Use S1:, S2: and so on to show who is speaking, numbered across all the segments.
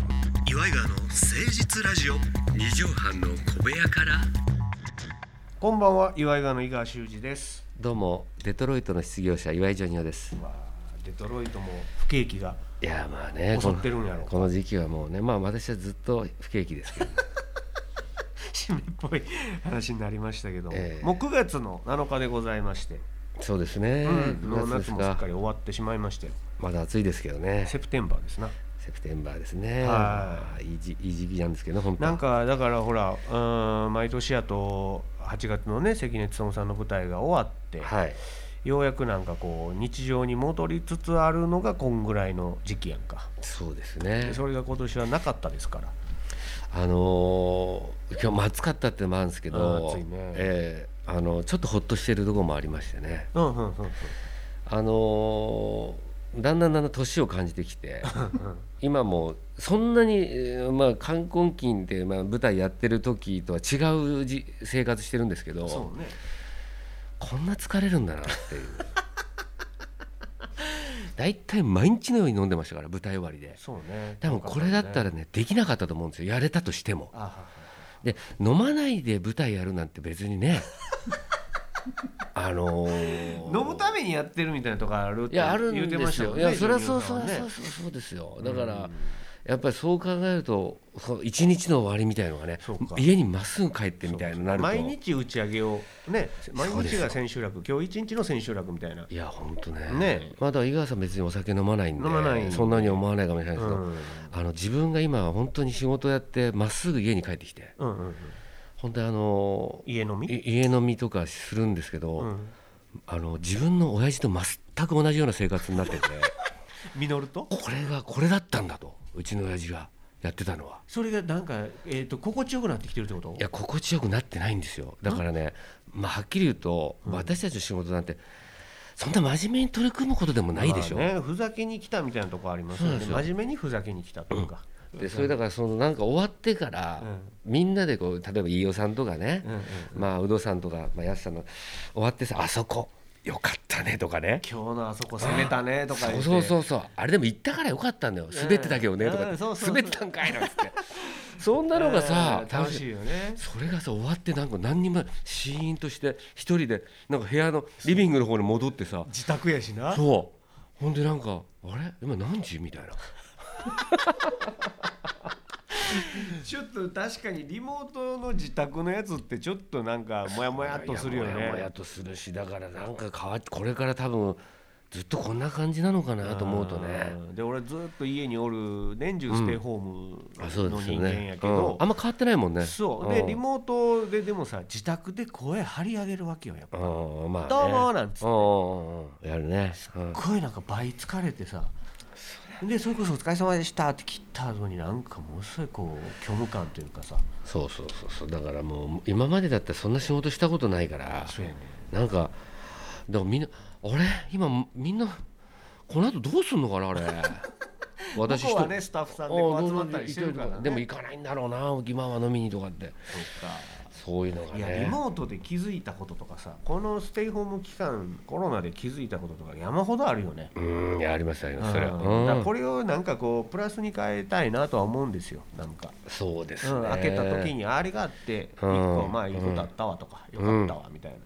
S1: イガーの誠実ラジオ
S2: 二畳半の小部屋から
S3: こんばんは、岩井川の井川修司です。
S2: どうもデトロイトの失業者岩井ジョニオです
S3: まあ、デトロイトも不景気が。
S2: いやまあね
S3: 襲ってるんやろ
S2: このこの時期はもうねまあ私はずっと不景気ですけど
S3: 締めっぽい話になりましたけども、
S2: ええ
S3: もう9月の7日でございまして、
S2: そうですね、
S3: うん、
S2: 9
S3: もう
S2: 月で
S3: 夏
S2: す
S3: もすっ
S2: か
S3: かり終わってしまいまして、
S2: まだ暑いですけどね
S3: セプテンバーですな。
S2: セプテンバーですね
S3: はい
S2: いじいい時期なんですけど本当
S3: なんかだからほら、うーん毎年やと8月のね関根勤さんの舞台が終わって、
S2: はい
S3: ようやくなんかこう日常に戻りつつあるのがこんぐらいの時期やんか。
S2: そうですね
S3: でそれが今年はなかったですから。
S2: あのー今日も暑かったってのもあるんですけ
S3: あー
S2: ど
S3: 暑いね
S2: ええあのちょっとほっとしてるところもありましてね
S3: うんうんうんうん。
S2: あのーだんだんだんだん年を感じてきて
S3: うん
S2: 今もうそんなに、えーまあ、冠婚金って、まあ、舞台やってる時とは違うじ生活してるんですけ
S3: うん、
S2: ど
S3: そうね。
S2: こんな疲れるんだなっていう大体毎日のように飲んでましたから舞台終わりで
S3: そうね。
S2: 多分これだったら
S3: ね。
S2: ねできなかったと思うんですよやれたとしても
S3: あはいはい
S2: で飲まないで舞台やるなんて別にねあのー
S3: 飲むためにやってるみたいなとかあるって
S2: いやある
S3: 言うんて
S2: で
S3: まし
S2: す
S3: たも
S2: よ。
S3: ん
S2: い
S3: ね
S2: やそれはそう
S3: ジョ
S2: そ
S3: ニ
S2: う
S3: オさんはね
S2: そうそうそうですよ。だから、
S3: うん
S2: やっぱりそう考えるとそう一日の終わりみたいのがね
S3: そうか
S2: 家にまっすぐ帰ってみたいになると
S3: 毎日打ち上げをね毎
S2: そうで
S3: 日
S2: すよ
S3: が千秋楽今日一日の千秋楽みたいない
S2: や本当ね
S3: ね
S2: まあだから井川さん別にお酒飲まないんで
S3: 飲まない
S2: そんなに思わないかもしれないで
S3: う
S2: すけど、
S3: ん
S2: あの自分が今は本当に仕事やってまっすぐ家に帰ってきて
S3: うんうんうん
S2: 本当にあの
S3: 家飲み
S2: い家飲みとかするんですけど、
S3: うん
S2: あの自分の親父と全く同じような生活になっ てて
S3: 実ると
S2: これがこれだったんだとうちの親父がやってたのは。
S3: それがなんかえっと心地よくなってきてるってこと
S2: いや心地よくなってないんですよだからね、まあ、はっきり言うと、
S3: うん
S2: 私たちの仕事なんてそんな真面目に取り組むことでもないでしょ、
S3: まあねふざけに来たみたいなとこありますよね
S2: そうなんです
S3: 真面目にふざけに来たというか
S2: でそれだからそのなんか終わってから、みんなでこう例えば飯尾さんとかね、
S3: うんうん
S2: まあ、有働さんとか、まあ、安さんの終わってさ「あそこよかったね」とかね
S3: 今日のあそこ攻めたねとか言って
S2: そうそうそうそうあれでも行ったからよかったんだよ滑ってたけどねと
S3: うん
S2: か
S3: そうそうそう
S2: 滑ってたんかい」なんつってそんなのが
S3: う
S2: さ
S3: ん楽しいよね
S2: それがさ終わってなんか何にもシーンとして一人でなんか部屋のリビングの方に戻ってさ
S3: 自宅やしな
S2: そうほんでなんか「あれ今何時?」みたいな
S3: ちょっと確かにリモートの自宅のやつってちょっとなんかモヤモヤっとするよね。
S2: いやもやもやとするしだからなんか変わっこれから多分ずっとこんな感じなのかなと思うとね
S3: うん。で俺ずっと家におる年中ステイホーム
S2: あそうで
S3: の
S2: すよ
S3: 人間や
S2: ね
S3: け、
S2: うん
S3: ど、
S2: あんま変わってないもんね
S3: そうで
S2: ん
S3: リモートででもさ自宅で声張り上げるわけよやっぱ。
S2: うんまあね
S3: どうもなんつって
S2: うんうんうんやるねうん
S3: 声なんか倍疲れてさ。でそれこそ「お疲れ様でした」って切った後になんかものすごいこう虚無感というかさ
S2: そうそうそうそうだからもう今までだったらそんな仕事したことないから
S3: そうやね
S2: なんかでもみんなあれ今みんなこの後どうすんの かなあれ私
S3: 向こうはねスタッフさんでこう集まったりしてるから
S2: あ
S3: ね
S2: あでも行かないんだろうな今は飲みにとかって
S3: そっか
S2: そういうのが
S3: いやリ
S2: ね
S3: モートで気づいたこととかさこのステイホーム期間コロナで気づいたこととか山ほどあるよね。
S2: うんいやありますありますそれは
S3: うんだからこ
S2: うん
S3: れをなんかこうプラスに変えたいなとは思うんですよなんか、
S2: そうです
S3: うん、
S2: ね
S3: 開けた時にあれがあって一
S2: うん
S3: 個まあいいことあったわとか、よかったわみたいな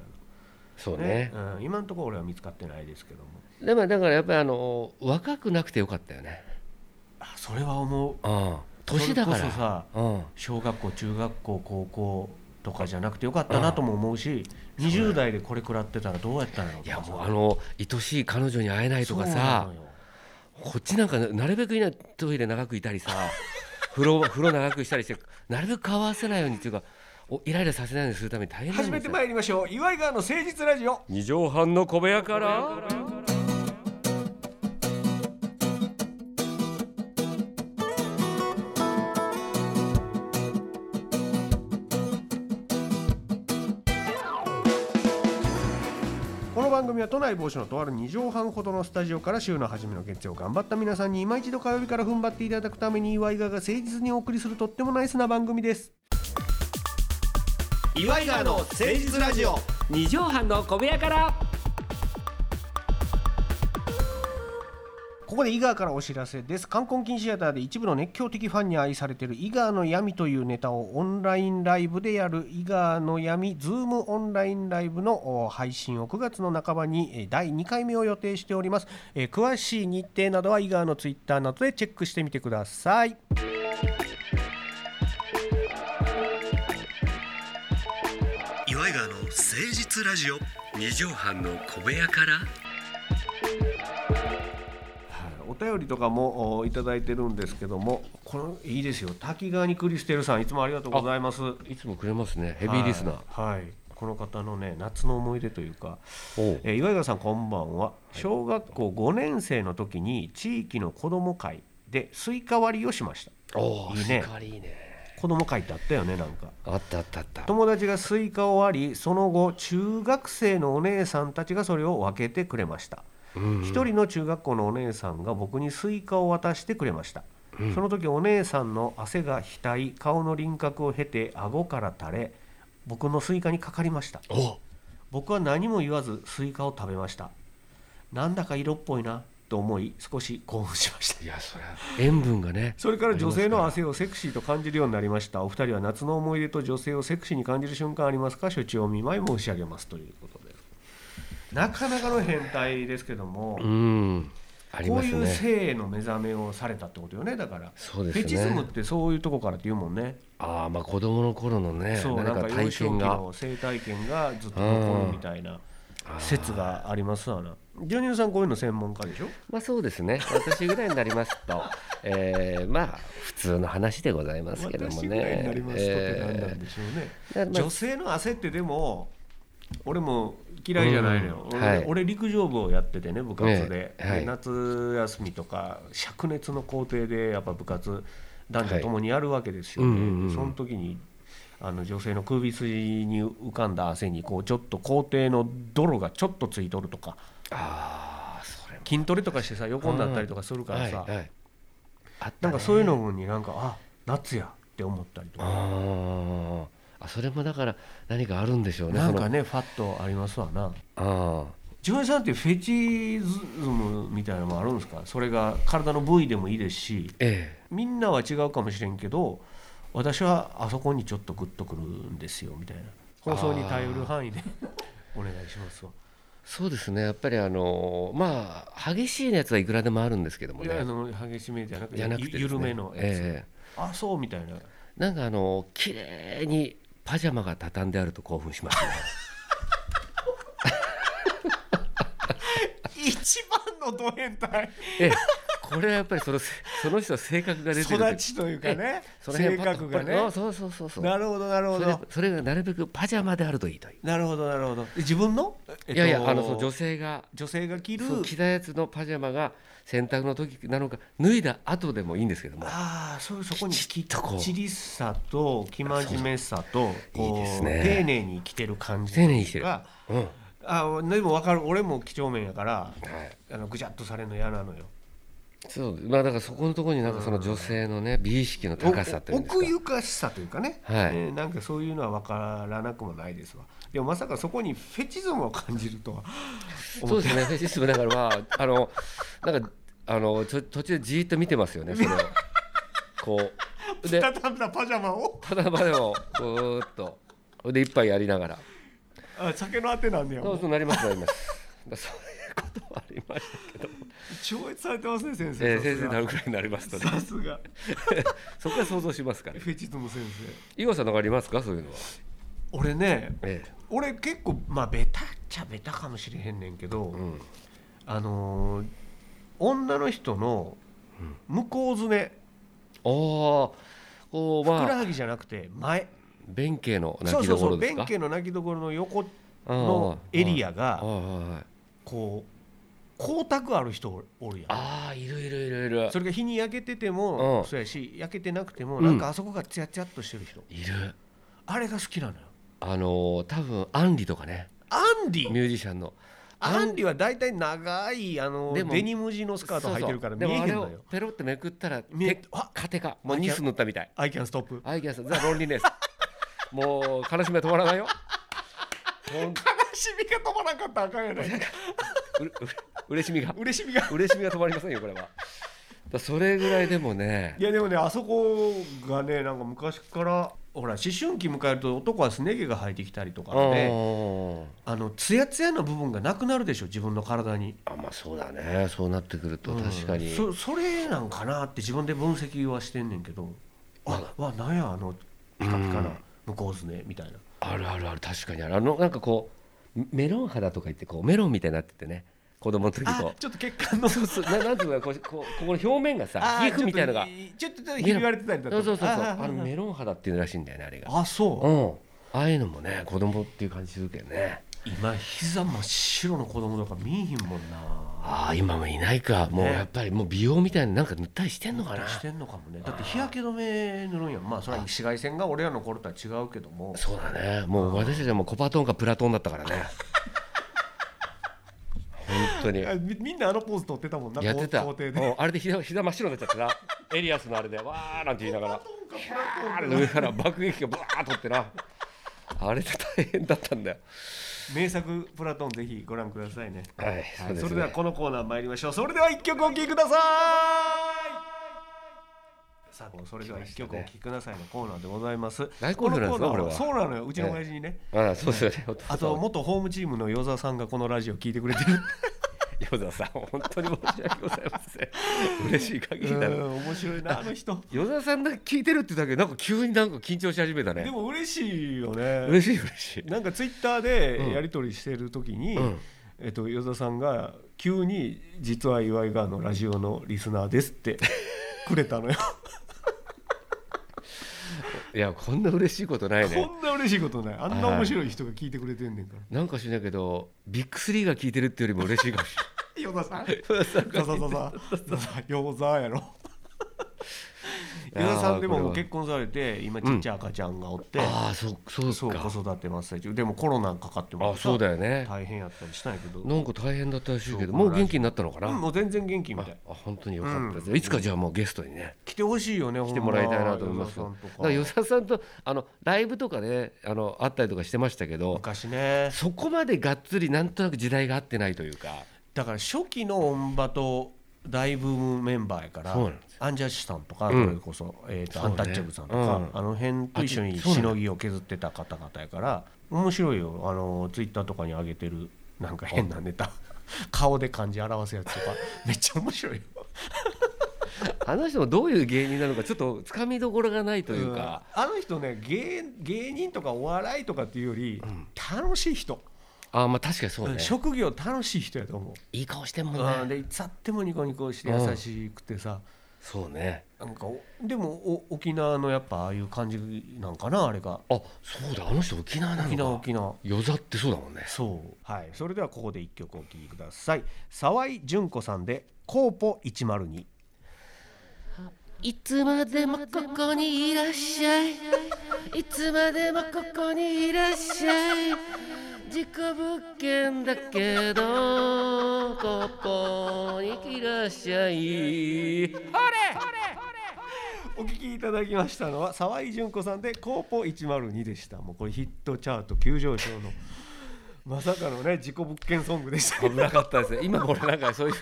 S2: そう
S3: の、
S2: ね
S3: うん、今のところ俺は見つかってないですけども
S2: でもだからやっぱりあの若くなくてよかったよね
S3: あそれは思う
S2: うん年だか
S3: それこそ
S2: ら
S3: さ
S2: うん
S3: 小学校中学校高校とかじゃなくてよかったなとも思うし、20代でこれ食らってたらどうやったんやろう
S2: い
S3: と
S2: や
S3: か
S2: もうあの愛しい彼女に会えないとか
S3: そうな
S2: さ
S3: のよ
S2: こっちなんかなるべくいないトイレ長くいた りさ風呂風呂長くしたりしてなるべく顔合わせないようにっていうかおイライラさせないようにするために大変なんです
S3: 始
S2: よ
S3: めてまいりましょう岩井川の誠実ラジオ
S2: 二畳半の小部屋から
S3: この番組は都内某所のとある2畳半ほどのスタジオから週の初めの月曜頑張った皆さんに今一度火曜日から踏ん張っていただくために岩井川が誠実にお送りするとってもナイスな番組です岩井川の誠実ラジオ
S2: 二畳半の小部屋から
S3: ここで井川からお知らせです冠婚金シアターで一部の熱狂的ファンに愛されている井川の闇というネタをオンラインライブでやる井川の闇ズームオンラインライブのお配信を9月の半ばにえー第2回目を予定しておりますえー詳しい日程などは井川のツイッターなどでチェックしてみてください
S1: 岩井川の誠実ラジオ
S2: 二畳半の小部屋から
S3: お便りとかもおいただいてるんですけどもこのいいですよ滝川にクリステルさんいつもありがとうございます
S2: いつもくれますねヘビーリスナー、
S3: はい、はいこの方のね夏の思い出というか、
S2: おう
S3: えー岩井川さんこんばんは小学校5年生の時に地域の子ども会でスイカ割りをしました
S2: お
S3: いいね
S2: 光いいね
S3: 子ども会ってあったよねなんか
S2: あったあったあった
S3: 友達がスイカを割りその後中学生のお姉さんたちがそれを分けてくれました
S2: うん
S3: 一人の中学校のお姉さんが僕にスイカを渡してくれました、その時お姉さんの汗が額顔の輪郭を経て顎から垂れ僕のスイカにかかりました
S2: お
S3: 僕は何も言わずスイカを食べましたなんだか色っぽいなと思い少し興奮しました
S2: いやそりゃ塩分がね
S3: それから女性の汗をセクシーと感じるようになりましたお二人は夏の思い出と女性をセクシーに感じる瞬間ありますか処置を見舞い申し上げますということですなかなかの変態ですけども、
S2: うんあり
S3: こ
S2: ま
S3: う
S2: す
S3: いう
S2: ね
S3: 性への目覚めをされたってことよねだから
S2: そうですね
S3: フェチズムってそういうとこからって言うもんね
S2: ああまあ子供の頃のね
S3: そうな
S2: 何
S3: んか
S2: か
S3: 幼
S2: 体
S3: 少期
S2: 験が
S3: の性体験がずっと残るみたいな説がありますわなジョニオさんこういうの専門家でしょ
S2: まあそうですね私ぐらいになりますと、 えー、まあ普通の話でございますけども
S3: 私
S2: ね
S3: ぐらいになりますとって何なん
S2: え
S3: でしょうね、
S2: ーだまあ
S3: 女性の汗ってでも俺も嫌いじゃないのよ、
S2: うん
S3: 俺
S2: はい
S3: 俺陸上部をやっててね部活で,、
S2: ええはい
S3: で夏休みとか灼熱の校庭でやっぱ部活男女ともにやるわけですよね、
S2: はいうんうんうん
S3: その時にあの女性の首筋に浮かんだ汗にこうちょっと校庭の泥がちょっとついとるとか
S2: あーそれも
S3: 筋トレとかしてさ横になったりとかするからさ、
S2: はいはい、あったね
S3: なんかそういうのになんかあ夏やって思ったりとか。
S2: あーあそれもだから何かあるんでしょうね
S3: なんかねファットありますわな
S2: そのあ
S3: ジョニーさんってフェチズムみたいなのもあるんですかそれが体の部位でもいいですし
S2: ーえ
S3: みんなは違うかもしれんけど私はあそこにちょっとグッとくるんですよみたいな放送に頼る範囲でお願いしますわ
S2: えそうですねやっぱりあのーまあ激しいやつはいくらでもあるんですけども
S3: いやあ
S2: ね
S3: の激しめじゃなく
S2: じ
S3: て
S2: ゃなくてですね
S3: ゆ緩めのやつ、
S2: え
S3: あそうみたいな
S2: えなんかあのー綺麗にパジャマが畳んであると興奮します ね
S3: 一番のド変態
S2: ええこれはやっぱりそのせその人の性格が出てる
S3: 育ちというかね
S2: その
S3: 性
S2: 辺パッと
S3: 格がね
S2: やっぱりあそうそうそうそう
S3: なるほどなるほ
S2: それ
S3: ど
S2: それがなるべくパジャマであるといいという、
S3: なるほどなるほど自分の、えっと
S2: いやいやあのその女性が
S3: 女性が着る
S2: そう着たやつのパジャマが洗濯の時なのか脱いだ後でもいいんですけども
S3: ああそうそこに
S2: きちっとこう
S3: ちりさと生真面目さとこう
S2: いいですね
S3: 丁寧に着てる感じ
S2: 丁寧に着てる
S3: が
S2: うん、は
S3: あでも分かる俺も几帳面やから
S2: い、
S3: あのぐちゃっとされるの嫌なのよ
S2: そうまあだからそこのところになんかその女性のね美意識の高さっていうんですか
S3: 奥ゆかしさというかね、
S2: はい
S3: えーなんかそういうのは分からなくもないですわでもまさかそこにフェチズムを感じるとは
S2: そうですねフェチズムだからま ああのなんかあのちょ途中でじーっと見てますよねそれをこうで
S3: 畳んだパジャマを
S2: ただまでもぐーっとで一杯やりながら
S3: あ酒のあてなんだ
S2: そう
S3: よ
S2: そうなりますなりますだそういうことはありましたけど、
S3: 超越されてますね先生
S2: えー、先生になるくらいになりますとね
S3: さすがさ
S2: そこは想像しますか
S3: す
S2: ら
S3: がフェチズム先生
S2: 伊和さんなんかありますかそういうのは、
S3: 俺ね
S2: え
S3: 俺結構まあベタっちゃベタかもしれへんねんけど、
S2: えうん、
S3: あのー女の人の向こうずね
S2: おこう
S3: ふくら
S2: まあ
S3: はぎじゃなくて前
S2: 弁慶の泣
S3: そう
S2: き
S3: そ
S2: ど
S3: う
S2: こ
S3: そ
S2: ろ
S3: う
S2: です
S3: 弁
S2: か
S3: 慶の泣きどころの横のエリア
S2: ああ
S3: が
S2: あ
S3: こう光沢ある人おるやん
S2: ああいるいるいるいる
S3: それが日に焼けてても
S2: うん
S3: そうやし焼けてなくても
S2: うん
S3: なんかあそこがツヤツヤっとしてる人
S2: いる
S3: あれが好きなのよ
S2: あのー多分アンリとかね
S3: アンデ
S2: ミ
S3: ィ
S2: ュージシャンの
S3: アンディは大体長いあの
S2: でも
S3: デニム地のスカート履いてるから見
S2: そ
S3: え
S2: うそう
S3: へん
S2: でも
S3: の
S2: あれを
S3: よ
S2: ペロってめくったら
S3: 見え
S2: て
S3: あ
S2: カテカもうニス塗ったみたい
S3: アイキャンストップ
S2: アイキャンさんザ・ロンリ ネスもう悲しみは止まらないよほん
S3: 悲しみが止まらなかったらあかんやないか
S2: うれ嬉しみが
S3: 嬉しみが
S2: 嬉しみが止まりませんよこれはだそれぐらいでもね
S3: いやでもねあそこがねなんか昔からほら思春期迎えると男はすね毛が生えてきたりとかね
S2: うん
S3: あのツヤツヤな部分がなくなるでしょ自分の体に
S2: あまあそうだねそうなってくると
S3: うん
S2: 確かに、
S3: そそれなんかなって自分で分析はしてんねんけどあわなんやあのピカピカな向こうずねみたいな
S2: あるあるある確かにあるあのなんかこうメロン肌とか言ってこうメロンみたいになっててね子供の時こ
S3: ちょっと血 管の
S2: うそうななんていうのかこう こうここの表面がさ皮膚みたいのが
S3: ちょっとちょっと
S2: ひ
S3: ひ
S2: び
S3: び割
S2: 割
S3: れてたりだ
S2: そうそうそうそう
S3: あ
S2: あのメロン肌っていうらしいんだよねあれが
S3: あそう
S2: うんああいうのもね子供っていう感じするけどね
S3: 今膝真っ白の子供とか見えひんもんな
S2: ああ今もいないかもう
S3: ね
S2: やっぱりもう美容みたいななんか塗ったりしてんのかな
S3: してんのかもねだって日焼け止め塗るんやんまあそれは紫外線が俺らの頃とは違うけども
S2: そうだねもう私たちはもうコパトンかプラトンだったか らね本当に
S3: あみみんなあのポーズ撮ってたもんな
S2: やってた
S3: 校庭で
S2: うんあれで膝膝真っ白になっちゃってなエリアスのあれでわーなんて言いながら
S3: プラトンか
S2: あれの上から爆撃機がブワーッとってなあれで大変だったんだよ
S3: 名作プラトンぜひご覧くださいね
S2: はい
S3: はいそ
S2: そ
S3: れ
S2: うです
S3: では
S2: ね
S3: このコーナー参りましょうそれでは一曲お聴きくださいさあそれでは一曲お聴きくださいのコーナーでございます
S2: 大好評なんですか
S3: このコーナー
S2: こ
S3: そうなのようちの親父にね、
S2: あそうですよねお父さん
S3: あと元ホームチームの与沢さんがこのラジオ聞いてくれてる
S2: ヨザさん本当に申し訳ございません嬉しい限りだな
S3: うん面白いなあの人
S2: ヨザさんだけ聞いてるってだけでなんか急になんか緊張し始めた
S3: で
S2: ね
S3: も嬉しいよね
S2: 嬉しい嬉しい
S3: なんかツイッターでやり取りしてる時に、
S2: うん
S3: えっと、与沢さんが急に「実は岩井川のラジオのリスナーです」って くれたのよ
S2: いやこんな嬉しいことないね
S3: こんな嬉しいことないあんな面白い人が聞いてくれてんねんから
S2: なんか知んないけどビッグスリーが聞いてるってよりも嬉しいかもしれない
S3: 与沢 さんザザザザザザ与沢やろ
S2: い
S3: 与
S2: やー
S3: 沢さんでも
S2: これ
S3: も
S2: は
S3: う結婚されて今ちっちゃい赤ちゃんがおって、
S2: ああそうそう
S3: そう
S2: か
S3: 子育て真っ最中でもコロナかかっても
S2: あそうだよね
S3: 大変やったりしたんやけど
S2: なんか大変だったらしいけど
S3: そう
S2: もう元気になったのかな、
S3: うんもう全然元気み
S2: あ
S3: たい
S2: あ本当によかったです、いつかじゃあもうゲストにね
S3: 来てほしいよね
S2: 来てもらいたいなと思います
S3: ほん
S2: よ
S3: ま
S2: だから
S3: 与
S2: 与
S3: 沢さんとか
S2: 沢さんとあのライブとかねあの会ったりとかしてましたけど
S3: 昔ね
S2: そこまでがっつりなんとなく時代が合ってないというか
S3: だから初期のオンバと大ブームメンバーやから
S2: そうなんで
S3: アンジャッシュさんとかそ
S2: うん
S3: れこそ、えーと
S2: そう
S3: ア
S2: ね
S3: ンタッチャブルさんとか、
S2: うん
S3: あの辺と一緒に
S2: あそう
S3: し
S2: なんだ
S3: のぎを削ってた方々やから面白いよあのツイッターとかに上げてるなんか変なネ タ顔で漢字表すやつとかめっちゃ面白いよ
S2: あの人もどういう芸人なのかちょっとつかみどころがないというか、
S3: うんあの人ね芸芸人とかお笑いとかっていうより、楽しい人、
S2: ああまあ確かにそうね、
S3: 職業楽しい人やと思
S2: いい顔してんも
S3: う、
S2: ん
S3: うん、
S2: ね
S3: でいつあってもニコニコして
S2: うん
S3: 優しくてさ、
S2: そうね
S3: なんかおでもお沖縄のやっぱああいう感じなんかなあれが
S2: あそうだあの人沖縄な
S3: 沖縄
S2: のか
S3: 沖縄
S2: 余座ってそうだもんね
S3: そうはいそれではここで一曲お聴きください沢井純子さんで「コーポ102」
S4: いつまでもここにいらっしゃい。いつまでもここにいらっしゃい。自己物件だけど、ここにいらっしゃい。
S3: お聴きいただきましたのは沢井純子さんで「コーポ102」でしたもうこれヒットチャート急上昇のまさかのね自己物件ソングでしたけ
S2: 危
S3: ど
S2: なかったですね今これなんかそういう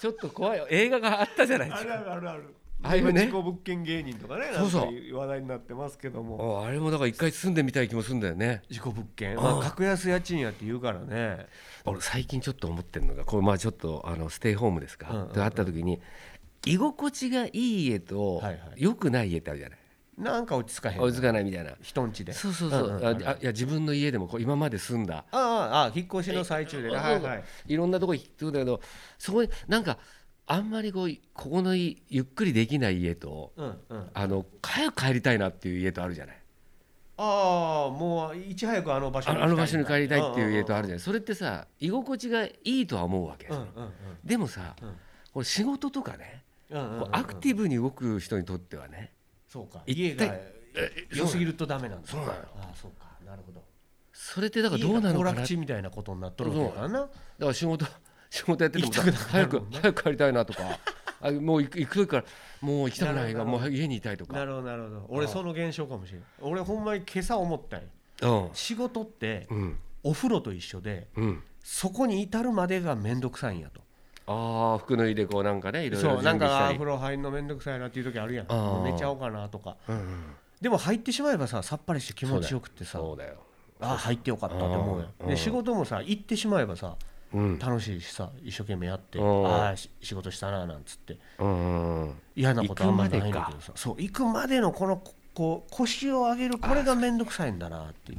S2: ちょっと怖い映画があったじゃないで
S3: あ
S2: す
S3: る
S2: か
S3: あるあるある
S2: ああいうね
S3: 自己物件芸人とかね
S2: そうそう
S3: なんかいう話題になってますけども
S2: ああれもだから一回住んでみたい気もするんだよね
S3: 自己物件、まあ、格安家賃やって言うからね
S2: 俺最近ちょっと思ってるのがこれまあちょっとあのステイホームですか、
S3: うんうんうん
S2: であった時に居心地がいい家と
S3: はいはい
S2: 良くない家ってあるじゃない
S3: なんか落ち着かへん
S2: 追いつかないみたいな
S3: 人んちで
S2: そうそうそう、
S3: んん
S2: あ
S3: あるあ
S2: あいや自分の家でもこう今まで住んだ
S3: ああ引っ越しの最中でねはいはい
S2: いろんなとこ行ってくんだけどそこになんかあんまりこうここのいゆっくりできない家と
S3: うんうん
S2: あの早く帰りたいなっていう家とあるじゃない
S3: ああもういち早くあの場所
S2: あ
S3: に
S2: あの場所に帰りたいっていう家とあ
S3: る
S2: るじゃないそれってさ居心地がいいとは思うわけ
S3: うんうんうん
S2: でもさ
S3: うん
S2: これ仕事とかね
S3: うんうんうん
S2: こうアクティブに動く人にとってはね
S3: そうか
S2: 一体
S3: 家が良すぎるとダメなんだ
S2: そうなのよ
S3: ああそうかなるほど
S2: それってだからどうなの
S3: 家が
S2: か
S3: 行
S2: な
S3: 楽
S2: だ
S3: 地みたいなことになっとるわけだな
S2: から仕事 仕事やっててもさ
S3: 行きたくな
S2: 早
S3: くなる
S2: く
S3: もんね
S2: 早く帰りたいなとかあもう行く行く時からもう行きたくない
S3: なる
S2: が
S3: ほど
S2: もう家にいたいと
S3: な
S2: か
S3: るほどなるほど俺その現象かもしれない俺ほんまに今朝思ったんよ
S2: うん
S3: 仕事って
S2: うん
S3: お風呂と一緒で
S2: うん
S3: そこに至るまでが面倒くさいんやと
S2: ああ服脱いでこうなんかねいろいろ
S3: そう
S2: 準
S3: なん
S2: 備
S3: か
S2: したり
S3: 風呂入るの面倒くさいなっていう時あるやん
S2: あー
S3: もう寝ちゃおうかなとか
S2: うんうん
S3: でも入ってしまえばささっぱりして気持ちよくってさ
S2: そうだよ
S3: あー入ってよかったって思うや
S2: うん
S3: ん
S2: う
S3: で
S2: ん
S3: 仕事もさ行ってしまえばさ
S2: うん
S3: 楽しいしさ一生懸命やって
S2: うん
S3: ああし仕事したななんつって
S2: うんうん
S3: 嫌なことあんまないんだけ
S2: 行くま
S3: どさそう行くまでのこのこう腰を上げるこれが面倒くさいんだなっていう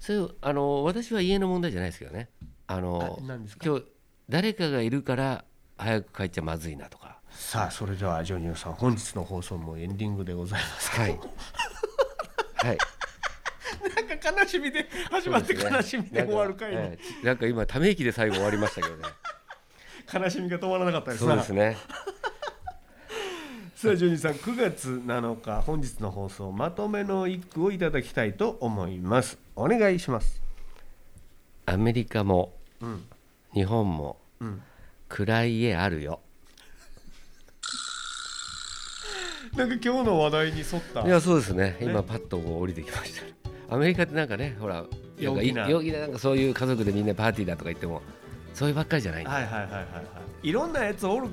S2: そういうあの私は家の問題じゃないですけどねあの
S3: あ何ですか
S2: 今日誰かがいるから早く帰っちゃまずいなとか
S3: さあそれではジョニオさん本日の放送もエンディングでございます
S2: はい はい
S3: なんか悲しみで始まって悲しみで終わるかい
S2: なんか
S3: ね
S2: ええちなんか今ため息で最後終わりましたけどね
S3: 悲しみが止まらなかったです
S2: そう
S3: な
S2: ですね
S3: さあジョニーさん9月7日本日の放送まとめの一句をいただきたいと思いますお願いします
S2: アメリカも
S3: うん
S2: 日本も
S3: うん
S2: 暗い家あるよ
S3: なんか今日の話題に沿った
S2: いやそうですね今パッとこう降りてきましたアメリカってなんかねほらなんか
S3: 陽気な
S2: 陽気でなんかそういう家族でみんなパーティーだとか言ってもそういうばっかりじゃないんだ
S3: はいはいはいはいはいいろんなやつおる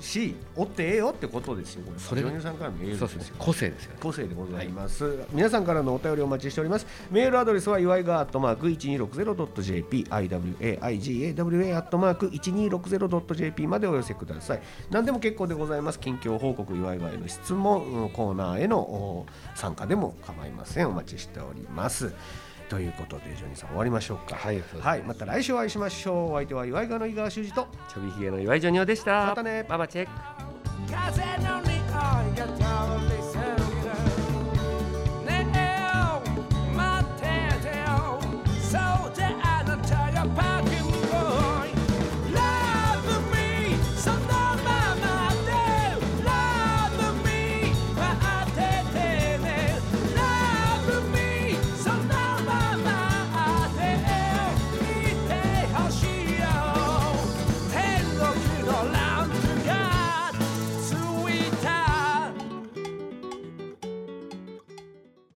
S3: しおってええよってことですよこれ
S2: それ
S3: ジ
S2: が
S3: ョニーさんからのエール
S2: そう
S3: で
S2: ですすね
S3: よ
S2: 個性ですよね
S3: 個性でございます、皆さんからのお便りをお待ちしておりますメールアドレスは祝いがアットマーク 1260.jp iwaigawa アットマーク 1260.jp までお寄せください何でも結構でございます近況報告祝いがへの質問うんコーナーへのお参加でも構いませんお待ちしておりますということでジョニーさん終わりましょうか
S2: はいそうです
S3: はい、また来週お会いしましょうお相手は祝いがの井川修司と
S2: ちょびひげの岩井ジョニオでした
S3: またね
S2: ママチェック
S5: Cause I don't need all your talent.